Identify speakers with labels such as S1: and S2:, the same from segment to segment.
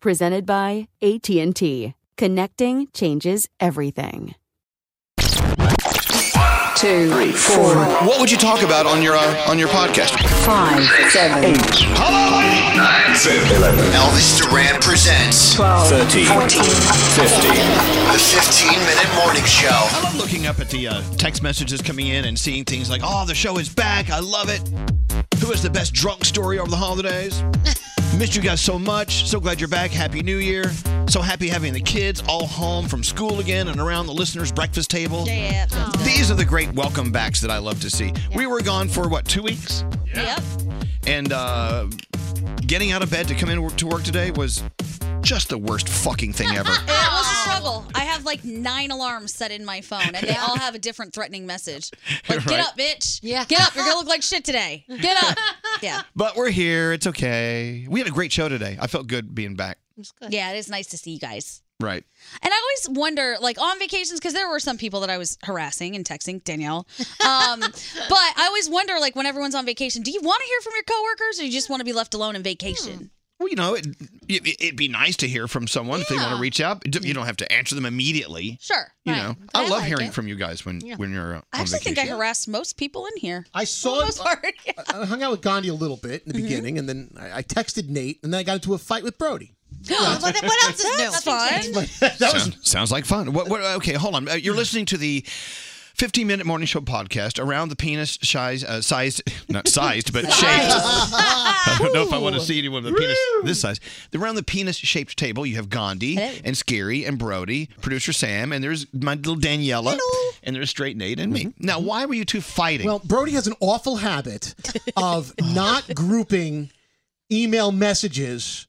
S1: presented by AT&T. Connecting changes everything.
S2: Two, three, four,
S3: What would you talk about on your uh, on your podcast?
S2: five, seven, eight,
S4: Elvis Duran presents
S2: 12,
S5: 13,
S2: 14,
S5: 15.
S4: the 15 Minute Morning Show.
S5: I love looking up at the uh, text messages coming in and seeing things like, oh, the show is back. I love it. Who has the best drunk story over the holidays? Missed you guys so much. So glad you're back. Happy New Year. So happy having the kids all home from school again and around the listeners' breakfast table.
S6: Yeah.
S5: These are the great welcome backs that I love to see. We were gone for what, two weeks?
S6: Yep.
S5: And uh, getting out of bed to come in to work today was just the worst fucking thing ever.
S6: Yeah, it was a struggle. I have like nine alarms set in my phone, and they all have a different threatening message. Like, get
S5: Right.
S6: up, bitch. Yeah. Get up. You're going to look like shit today. Get up. Yeah.
S5: But we're here. It's okay. We had a great show today. I felt good being back.
S6: Yeah, it is nice to see you guys.
S5: Right.
S6: And I always wonder, like on vacations, because there were some people that I was harassing and texting Danielle. Um, but I always wonder, like when everyone's on vacation, do you want to hear from your coworkers, or you just want to be left alone in vacation?
S5: Well, you know, it, it, it'd be nice to hear from someone if they want
S6: Yeah.
S5: to reach out. D- You don't have to answer them immediately.
S6: Sure.
S5: You
S6: right.
S5: know,
S6: I
S5: I love
S6: like
S5: hearing
S6: it.
S5: from you guys when
S6: Yeah.
S5: when you're uh, on
S6: I actually
S5: vacation.
S6: think I harassed most people in here.
S7: I
S6: For
S7: saw
S6: the most part.
S7: I, I hung out with Gandhi a little bit in the
S6: Mhm.
S7: beginning, and then I, I texted Nate, and then I got into a fight with Brody.
S6: what else is new? That's fun.
S5: that was sounds like fun. What, what, okay, hold on. Uh, you're listening to the 15 minute morning show podcast around the penis size, uh, sized, not sized, but shaped. I don't know if I want to see anyone with a penis this size. Around the penis shaped table, you have Gandhi
S8: Hello.
S5: and Scary and Brody, producer Sam, and there's my little Daniela, and there's Straight Nate and
S7: Mm-hmm.
S5: me. Now, why were you two fighting?
S7: Well, Brody has an awful habit of not grouping email messages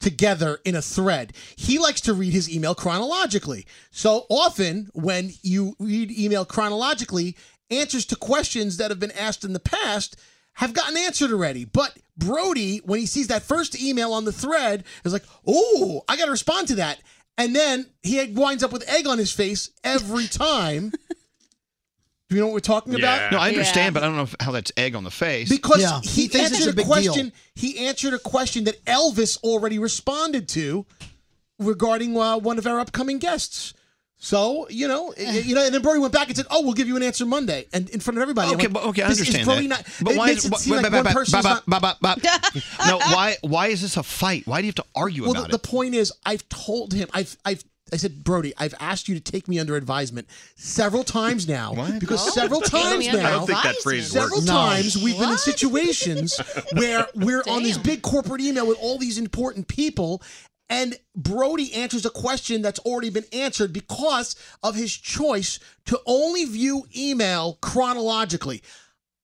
S7: together in a thread. He likes to read his email chronologically. So often, when you read email chronologically, answers to questions that have been asked in the past have gotten answered already. But Brody, when he sees that first email on the thread, is like, oh, I got to respond to that. And then he winds up with egg on his face every time. Do you know what we're talking about?
S5: No, I understand, but I don't know if- how that's egg on the face.
S7: Because he, answered a, question. He answered a question that Elvis already responded to regarding uh, one of our upcoming guests. So you know, y- you know, and then Brody went back and said, "Oh, we'll give you an answer Monday," and in front of everybody. I'm
S5: Okay,
S7: like,
S5: but okay, I
S7: this is
S5: understand
S7: Brody
S5: that.
S7: Not,
S5: but
S7: it
S5: why
S7: makes
S5: is
S7: it
S5: why-
S7: seem like
S5: but-
S7: one
S5: but-
S7: person
S5: but-
S7: is
S5: but-
S7: not-
S5: but- but- but- No, why why is this a fight? Why do you have to argue
S7: well,
S5: about
S7: the,
S5: it?
S7: the point is, I've told him, I've, I've, I said, Brody, I've asked you to take me under advisement several times now, because
S8: Oh,
S7: several
S8: take me
S7: times
S8: under
S7: now,
S8: I don't think that phrase advisement.
S7: several
S8: works.
S7: times
S8: No.
S7: we've been in situations where we're on this big corporate email with all these important people. And Brody answers a question that's already been answered because of his choice to only view email chronologically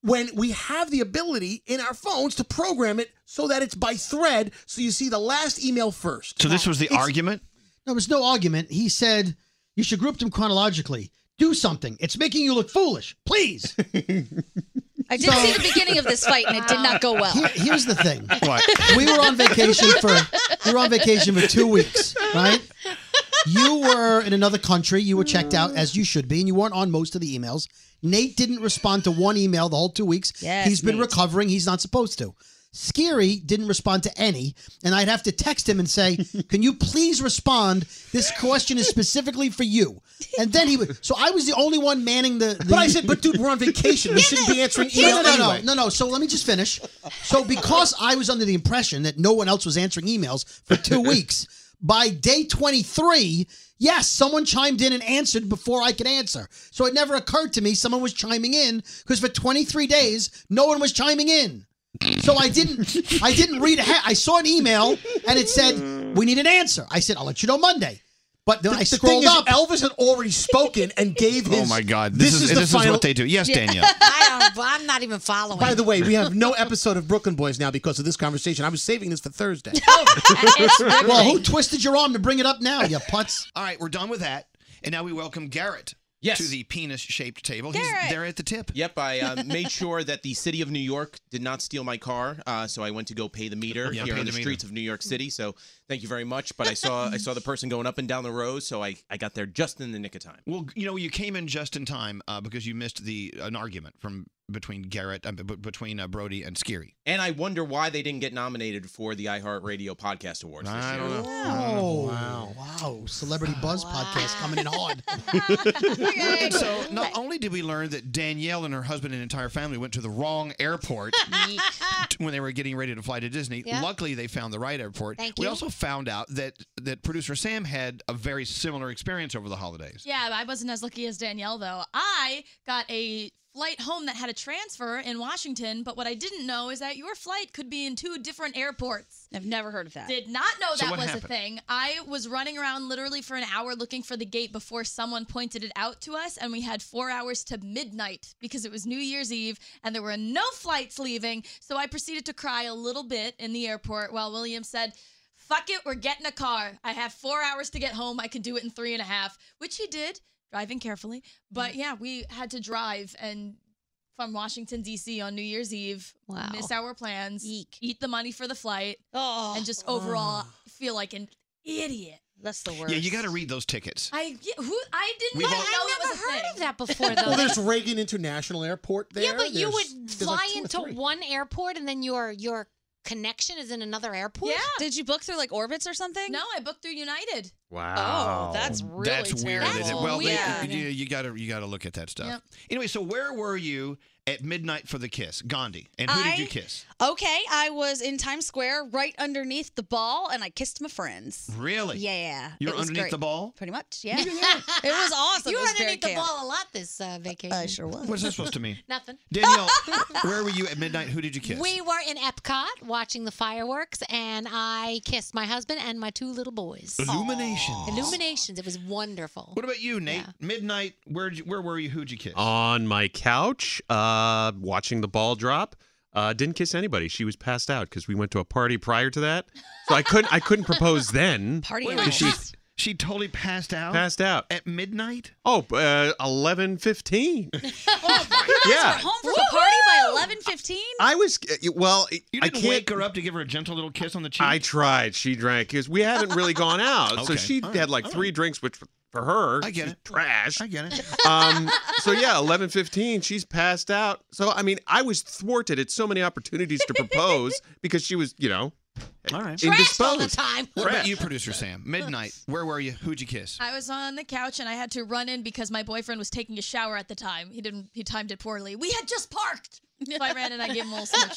S7: when we have the ability in our phones to program it so that it's by thread, so you see the last email first.
S5: So this was the
S8: It's-
S5: argument.
S8: No, it was no argument. He said you should group them chronologically. Do something. It's making you look foolish. Please.
S6: I did see the beginning of this fight, and it did not go well.
S8: Here- here's the thing.
S5: What?
S8: We were on vacation for we were on vacation for two weeks, right? You were in another country. You were checked out as you should be, and you weren't on most of the emails. Nate didn't respond to one email the whole two weeks.
S9: Yes,
S8: He's been
S9: Nate.
S8: recovering. He's not supposed to. Scary didn't respond to any, and I'd have to text him and say, "Can you please respond? This question is specifically for you." And then he would. So I was the only one manning the. the
S7: But I said, but dude, we're on vacation. We shouldn't be answering
S8: no,
S7: email
S8: no, no,
S7: anyway.
S8: no, no. So let me just finish. So because I was under the impression that no one else was answering emails for two weeks, by day 23, yes, someone chimed in and answered before I could answer. So it never occurred to me someone was chiming in because for 23 days, no one was chiming in. So I didn't I didn't read ahead. I saw an email and it said, We need an answer. I said, I'll let you know Monday. But then
S7: The-
S8: I
S7: the thing
S8: scrolled
S7: is,
S8: up.
S7: Elvis had already spoken and gave
S5: Oh my God! This, is,
S7: the
S5: this is
S7: final-
S5: what they do. Yes, Danielle.
S10: I don't, I'm not even following.
S7: By the way, we have no episode of Brooklyn Boys now because of this conversation. I was saving this for Thursday.
S8: well, who twisted your arm to bring it up now, you putz?
S5: All right, we're done with that, and now we welcome Garrett.
S11: Yes.
S5: To the penis-shaped table.
S11: Garrett.
S5: He's there at the tip.
S11: Yep, I uh, made sure that the city of New York did not steal my car, uh, so I went to go pay the meter
S5: Oh, Yeah,
S11: here
S5: pay
S11: on
S5: the
S11: the,
S5: meter.
S11: streets of New York City. So thank you very much. But I saw I saw the person going up and down the road, so I, I got there just in the nick of time.
S5: Well, you know, you came in just in time uh, because you missed the an argument from between Garrett uh, b- b- between uh, Brody and Skiri.
S11: And I wonder why they didn't get nominated for the iHeartRadio Podcast Awards. This
S5: I
S11: year.
S5: don't know.
S8: Oh, wow. Wow. Celebrity Buzz podcast coming in hard.
S5: And so, not only did we learn that Danielle and her husband and entire family went to the wrong airport t- when they were getting ready to fly to Disney,
S12: Yeah.
S5: luckily they found the right airport.
S12: Thank
S5: We
S12: you.
S5: also found out that that producer Sam had a very similar experience over the holidays.
S13: Yeah, I wasn't as lucky as Danielle though. I got a flight home that had a transfer in Washington, but what I didn't know is that your flight could be in two different airports.
S6: I've never heard of that.
S13: Did not know
S6: So
S13: that
S6: what
S13: was a
S6: happened?
S13: thing. I was running around literally for an hour looking for the gate before someone pointed it out to us, and we had four hours to midnight because it was New Year's Eve and there were no flights leaving. So I proceeded to cry a little bit in the airport while William said, Fuck it, we're getting a car. I have four hours to get home. I can do it in three and a half, which he did, driving carefully.
S6: Mm.
S13: But yeah, we had to drive and from Washington D.C. on New Year's Eve.
S6: Wow.
S13: Miss our plans. Eat the money for the flight.
S6: Oh.
S13: And just overall feel like an idiot.
S6: That's the
S5: Yeah, you got to read those tickets.
S13: I yeah, who I didn't
S5: We've
S13: know.
S5: all-
S13: I never heard of that before
S7: well, there's Reagan International Airport there.
S10: yeah, but you
S7: There's-
S10: would
S7: there's like
S10: fly
S7: two or
S10: into
S7: three.
S10: one airport and then your your connection is in another airport.
S6: Yeah. Did you book through like Orbits or something?
S13: No, I booked through United.
S6: Wow. Oh, that's really
S5: that's weird.
S6: terrible.
S5: isn't it?
S6: That's
S5: well, they-
S6: weird.
S5: you, you gotta you gotta look at that stuff.
S6: Yep.
S5: Anyway, so where were you at midnight for the kiss, Gandhi? And who
S6: I-
S5: did you kiss?
S6: Okay, I was in Times Square right underneath the ball and I kissed my friends.
S5: Really?
S6: Yeah.
S5: You
S6: it
S5: were
S6: was
S5: underneath
S6: great.
S5: the ball.
S6: Pretty much, yeah. it was awesome.
S10: You
S6: it
S10: were
S6: was very
S10: underneath the
S6: cute.
S10: ball a lot this uh, vacation.
S6: I sure was.
S5: What's that supposed to mean?
S10: Nothing.
S5: Danielle, where were you at midnight? Who did you kiss?
S10: We were in Epcot watching the fireworks, and I kissed my husband and my two little boys.
S5: Illuminations.
S10: Illuminations. It was wonderful.
S5: What about you, Nate? Midnight. Where where were you? Who'd you kiss?
S14: on my couch, uh, watching the ball drop.
S9: Uh, didn't kiss anybody. She was passed out because we went to a party prior to that, so I couldn't. I couldn't propose then.
S6: Party
S9: 'cause
S6: animal.
S9: she
S5: She totally passed out.
S9: passed out.
S5: At midnight? Oh
S9: Oh, uh, eleven fifteen.
S6: We're
S9: yeah,
S6: home from the party by eleven fifteen.
S9: I was. uh, Well,
S5: You
S9: I
S5: didn't
S9: can't.
S5: wake her up to give her a gentle little kiss on the cheek.
S9: I tried. She drank because we haven't really gone out. So
S5: Okay.
S9: she
S5: All right.
S9: had like
S5: All
S9: three drinks, which for her,
S5: I get
S9: she's
S5: it.
S9: trash.
S5: I get it.
S9: um, so yeah, eleven fifteen, she's passed out. So I mean, I was thwarted at so many opportunities to propose because she was, you know,
S5: all right,
S9: indisposed.
S5: What
S9: Trash.
S5: about you, producer Sam? Midnight. Where were you? Who'd you kiss?
S13: I was on the couch and I had to run in because my boyfriend was taking a shower at the time. He didn't. He timed it poorly. We had just parked, so I ran and I gave him a little smooch.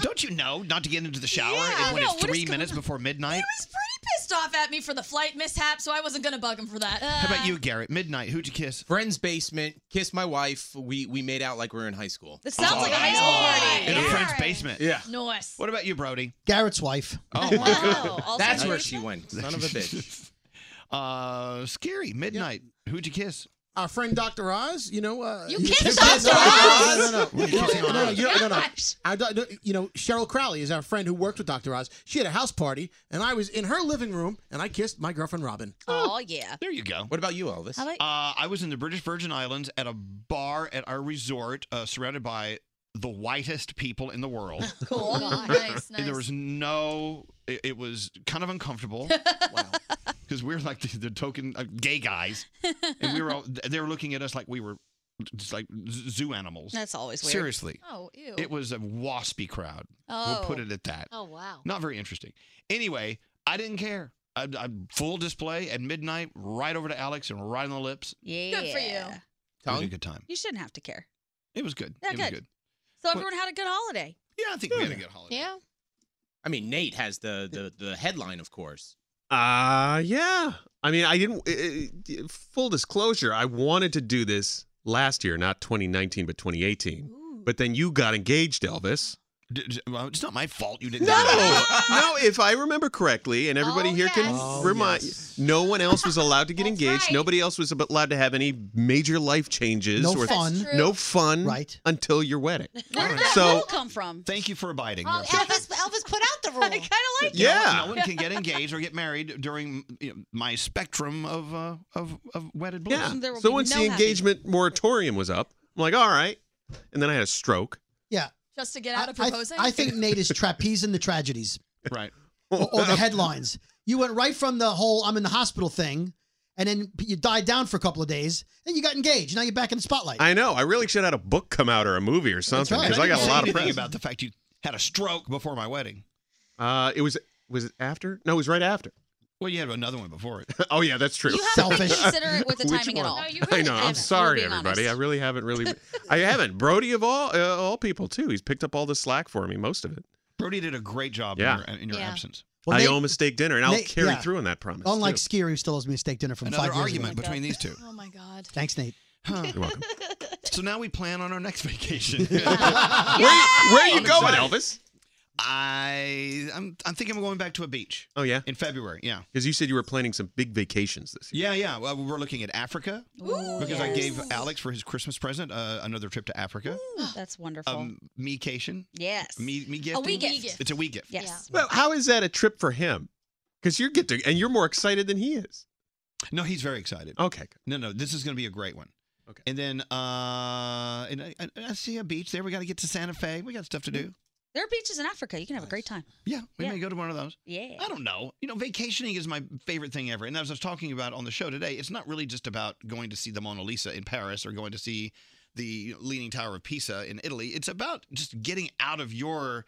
S5: Don't you know not to get into the shower
S13: Yeah,
S5: when
S13: no,
S5: it's
S13: what is
S5: three
S13: going
S5: minutes before midnight?
S13: He pissed off at me for the flight mishap, so I wasn't gonna bug him for that.
S6: Uh,
S5: How about you, Garrett? Midnight. Who'd you kiss?
S11: Friend's basement. Kissed my wife. We we made out like we were in high school.
S6: This sounds like a high school party.
S5: In a friend's basement.
S11: Yeah.
S13: Nice.
S5: What about you, Brody?
S8: Garrett's wife.
S5: Oh, my
S6: also
S5: God.
S6: That's where
S5: she
S11: went.
S5: Son of a bitch. uh, scary. Midnight. Who'd you kiss?
S7: Our friend Dr. Oz, you know, uh, you
S6: kissed
S7: Dr.
S6: Oz?
S7: No, no, no,
S5: We're kissing
S7: no, no, no,
S5: Oz.
S7: you know- no, no.
S6: Gosh.
S7: I do- no, You know, Cheryl Crowley is our friend who worked with Dr. Oz. She had a house party, and I was in her living room, and I kissed my girlfriend Robin.
S6: Oh yeah.
S5: There you go.
S11: What about you, Elvis?
S6: How about-
S5: uh, I was in the British Virgin Islands at a bar at our resort, uh, surrounded by the whitest people in the world.
S13: Cool. nice.
S5: There
S13: Nice.
S5: was no. It, it was kind of uncomfortable. Because we were like the, the token uh, gay guys, and we were all. They were looking at us like we were just like z- zoo animals.
S6: That's always weird.
S5: Seriously.
S6: Oh, ew.
S5: It was a waspy crowd. We'll put
S6: Oh.
S5: it at that.
S6: Oh, wow.
S5: Not very interesting. Anyway, I didn't care. I, I full display at midnight, right over to Alex and right on the lips.
S6: Yeah. Good for you.
S5: It was a good time.
S6: You shouldn't have to care.
S5: It was good.
S6: Yeah,
S5: it was
S6: good.
S5: good.
S6: So
S5: What-
S6: everyone had a good holiday.
S5: Yeah, I think
S11: we had a good
S5: holiday.
S6: Yeah.
S11: I mean, Nate has the the, the headline, of course.
S9: Uh yeah. I mean, I didn't. Uh, uh, full disclosure, I wanted to do this last year, not 2019, but 2018. But then you got engaged, Elvis.
S5: D- d- well, it's not my fault you
S9: No,
S5: didn't.
S9: Oh, no. If I remember correctly, and everybody here can
S8: Oh,
S5: yes.
S9: remind, no one else was allowed to get engaged.
S5: right.
S9: Nobody else was ab- allowed to have any major life changes.
S8: No
S9: or
S8: That's fun. true.
S9: No fun. Right. Until your wedding.
S6: Where did that
S9: So-
S6: rule come from?
S5: Thank you for abiding.
S6: Oh,
S10: Well, Elvis, Elvis put out the rule.
S6: I kind of like
S5: You know,
S9: Yeah.
S5: no one can get engaged or get married during you know, my spectrum of uh, of, of wedded bliss.
S9: Yeah. So once the engagement moratorium was up, I'm like, all right. And then I had a stroke.
S8: Yeah.
S13: Just to get out of
S8: I,
S13: proposing.
S8: I think Nate is trapezing the tragedies
S5: Right.
S8: or, or the headlines. You went right from the whole I'm in the hospital thing, and then you died down for a couple of days, and you got engaged. Now you're back in the spotlight.
S9: I know. I really should have had a book come out or a movie or something
S8: right.
S9: because I got a lot of press.
S5: about the fact you had a stroke before my wedding.
S9: Uh, it was was it after? No, it was right after.
S5: Well, you had another one before it.
S9: oh yeah, that's true.
S6: You haven't been considerate with the timing at all.
S9: I know. I'm sorry, everybody. I really haven't really. I haven't. Brody of all uh, all people too. He's picked up all the slack for me, most of it.
S5: Brody did a great job
S9: Yeah.
S5: in your, in your
S9: Yeah.
S5: absence.
S8: Well,
S9: I
S8: Nate-
S9: owe him a steak dinner, and I'll
S8: Nate-
S9: carry
S8: yeah.
S9: through on that promise.
S8: Unlike
S9: too.
S8: Skier, who still owes me a steak dinner from
S5: Another
S8: five years
S5: argument
S8: ago.
S5: between these two.
S13: Oh my god.
S8: Thanks, Nate.
S9: You're welcome.
S5: So now we plan on our next vacation.
S9: Where, where are you
S5: I'm
S9: going,
S5: excited.
S9: Elvis?
S5: I I'm I'm thinking I'm going back to a beach
S9: Oh yeah,
S5: in February. Yeah.
S9: because you said you were planning some big vacations this year.
S5: Yeah, yeah. Well, we're looking at Africa because I gave Alex for his Christmas present uh, another trip to Africa.
S6: That's wonderful.
S5: Um, mecation.
S6: yes.
S5: Me, me
S13: Oh,
S5: gift.
S6: A wee gift.
S5: It's a wee gift.
S6: Yes.
S9: Well, how is that a trip for him? Because you get to, and you're more excited than he is.
S5: No, he's very excited.
S9: Okay.
S5: No, no, this is going to be a great one.
S9: Okay.
S5: And then, uh, and I, I- I see a beach there. We got to get to Santa Fe. We got stuff to do.
S6: There are beaches in Africa. You can have a great time.
S5: Yeah, we
S6: Yeah.
S5: may go to one of those.
S6: Yeah.
S5: I don't know. You know, vacationing is my favorite thing ever. And as I was talking about on the show today, it's not really just about going to see the Mona Lisa in Paris or going to see the Leaning Tower of Pisa in Italy. It's about just getting out of your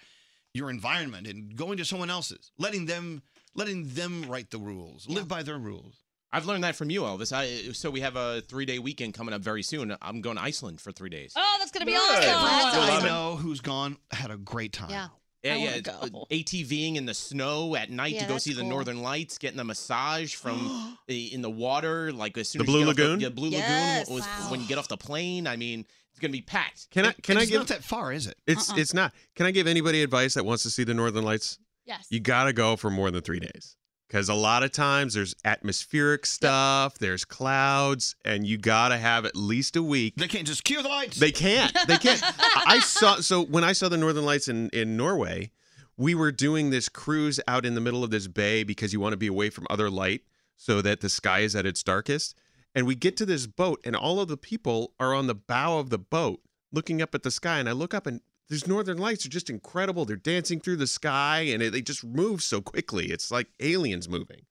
S5: your environment and going to someone else's, letting them letting them write the rules, live by their rules.
S11: I've learned that from you, Elvis. I, so we have a three day weekend coming up very soon. I'm going to Iceland for three days.
S6: Oh, that's gonna be
S5: Good.
S6: awesome.
S5: Everyone
S6: That's
S5: who I
S6: awesome.
S5: know who's gone had a great time.
S6: Yeah.
S11: Yeah,
S6: I
S11: yeah.
S6: wanna
S11: it's, uh, ATVing in the snow at night
S6: Yeah,
S11: to go
S6: that's
S11: see the
S6: cool.
S11: Northern Lights, getting a massage from the, in the water, like as soon
S9: The
S11: as
S9: Blue
S11: you get off
S9: Lagoon?
S11: The, yeah, Blue
S6: Yes,
S11: Lagoon was
S6: wow.
S11: when you get off the plane. I mean, it's gonna be packed.
S9: Can I? Can
S5: And
S9: I
S5: it's
S9: give?
S5: not that far, is it?
S6: Uh-uh.
S11: Uh-uh.
S9: It's it's not. Can I give anybody advice that wants to see the Northern Lights?
S13: Yes.
S9: You gotta go for more than three days Because a lot of times there's atmospheric stuff, there's clouds, and you gotta have at least a week.
S5: They can't just cue the lights.
S9: They can't. They can't. I I saw so when I saw the Northern Lights in in Norway, we were doing this cruise out in the middle of this bay because you want to be away from other light so that the sky is at its darkest. And we get to this boat and all of the people are on the bow of the boat looking up at the sky and I look up and these northern lights are just incredible. They're dancing through the sky and it, they just move so quickly. It's like aliens moving.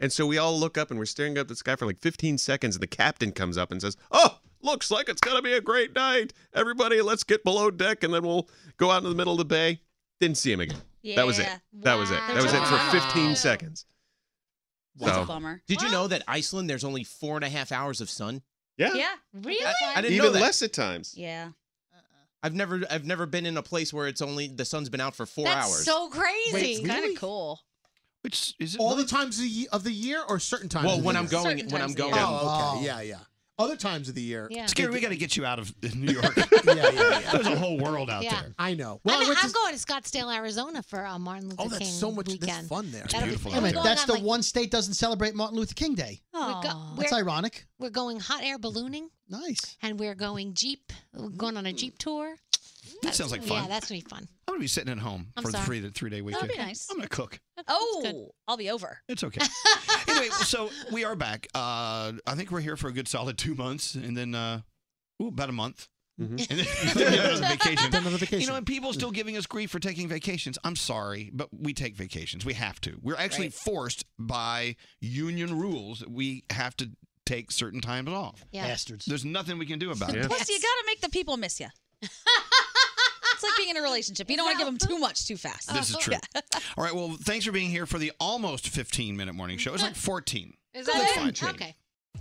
S9: And so we all look up and we're staring up at the sky for like 15 seconds and the captain comes up and says, "Oh, looks like it's going to be a great night. Everybody, let's get below deck and then we'll go out into the middle of the bay." Didn't see him again. That was it.
S6: Yeah.
S9: That was it. That was it for 15 seconds.
S6: That's
S9: So-
S6: a bummer.
S11: Did you know that Iceland, there's only four and a half hours of sun?
S9: Yeah.
S6: Yeah.
S10: Really?
S11: I didn't
S9: Even
S11: know that.
S9: less at times.
S6: Yeah.
S11: I've never I've never been in a place where it's only the sun's been out for four
S10: That's
S11: hours.
S10: so crazy.
S6: Wait, it's kinda
S10: cool.
S5: Which is
S7: all the times of the, ye- of the year or certain times?
S11: Well,
S7: of the
S11: when I'm
S7: year?
S11: going- Certain when times I'm of the year. going.
S7: Oh, okay. Yeah, yeah. Other times of the year.
S10: Yeah.
S5: Scary, we got to get you out of New York.
S7: yeah, yeah, yeah.
S5: There's a whole world out
S10: Yeah.
S5: there.
S7: I know.
S10: I'm, I'm going to Scottsdale, Arizona for uh, Martin Luther
S7: Oh, that's
S10: King
S7: so much- that's
S10: weekend.
S7: fun there. It's
S10: That'll be
S5: beautiful
S10: fun.
S5: out
S10: We're
S5: there.
S10: going
S8: That's
S10: on,
S8: the
S10: like-
S8: one state doesn't celebrate Martin Luther King Day.
S10: we're, go-
S8: That's
S10: we're-
S8: ironic.
S10: we're going hot air ballooning
S8: Nice.
S10: and we're going Jeep. We're going on a Jeep tour.
S5: That sounds like fun.
S10: Yeah, that's going to be fun.
S5: I'm gonna be sitting at home
S10: I'm
S5: for the
S10: sorry.
S5: three three day weekend.
S6: be nice.
S5: I'm gonna cook.
S6: Oh, I'll be over.
S5: It's okay. anyway, so we are back. Uh, I think we're here for a good solid two months, and then uh, ooh, about a month. And then, then we have another vacation.
S7: Mm-hmm. Then another vacation.
S5: You know, and people are still giving us grief for taking vacations. I'm sorry, but we take vacations. We have to. We're actually
S6: Right.
S5: forced by union rules. that We have to take certain times off.
S6: Yeah. Bastards.
S5: There's nothing we can do about it.
S6: Plus, you got to make the people miss you. it's like being in a relationship. You don't want to give them too much too fast.
S5: This is
S10: Uh-huh.
S5: true.
S6: Yeah.
S5: All right. Well, thanks for being here for the almost 15 minute morning show. It's like 14.
S10: Is
S5: That's
S10: that
S5: fine.
S10: it? Okay.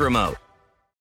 S15: remote.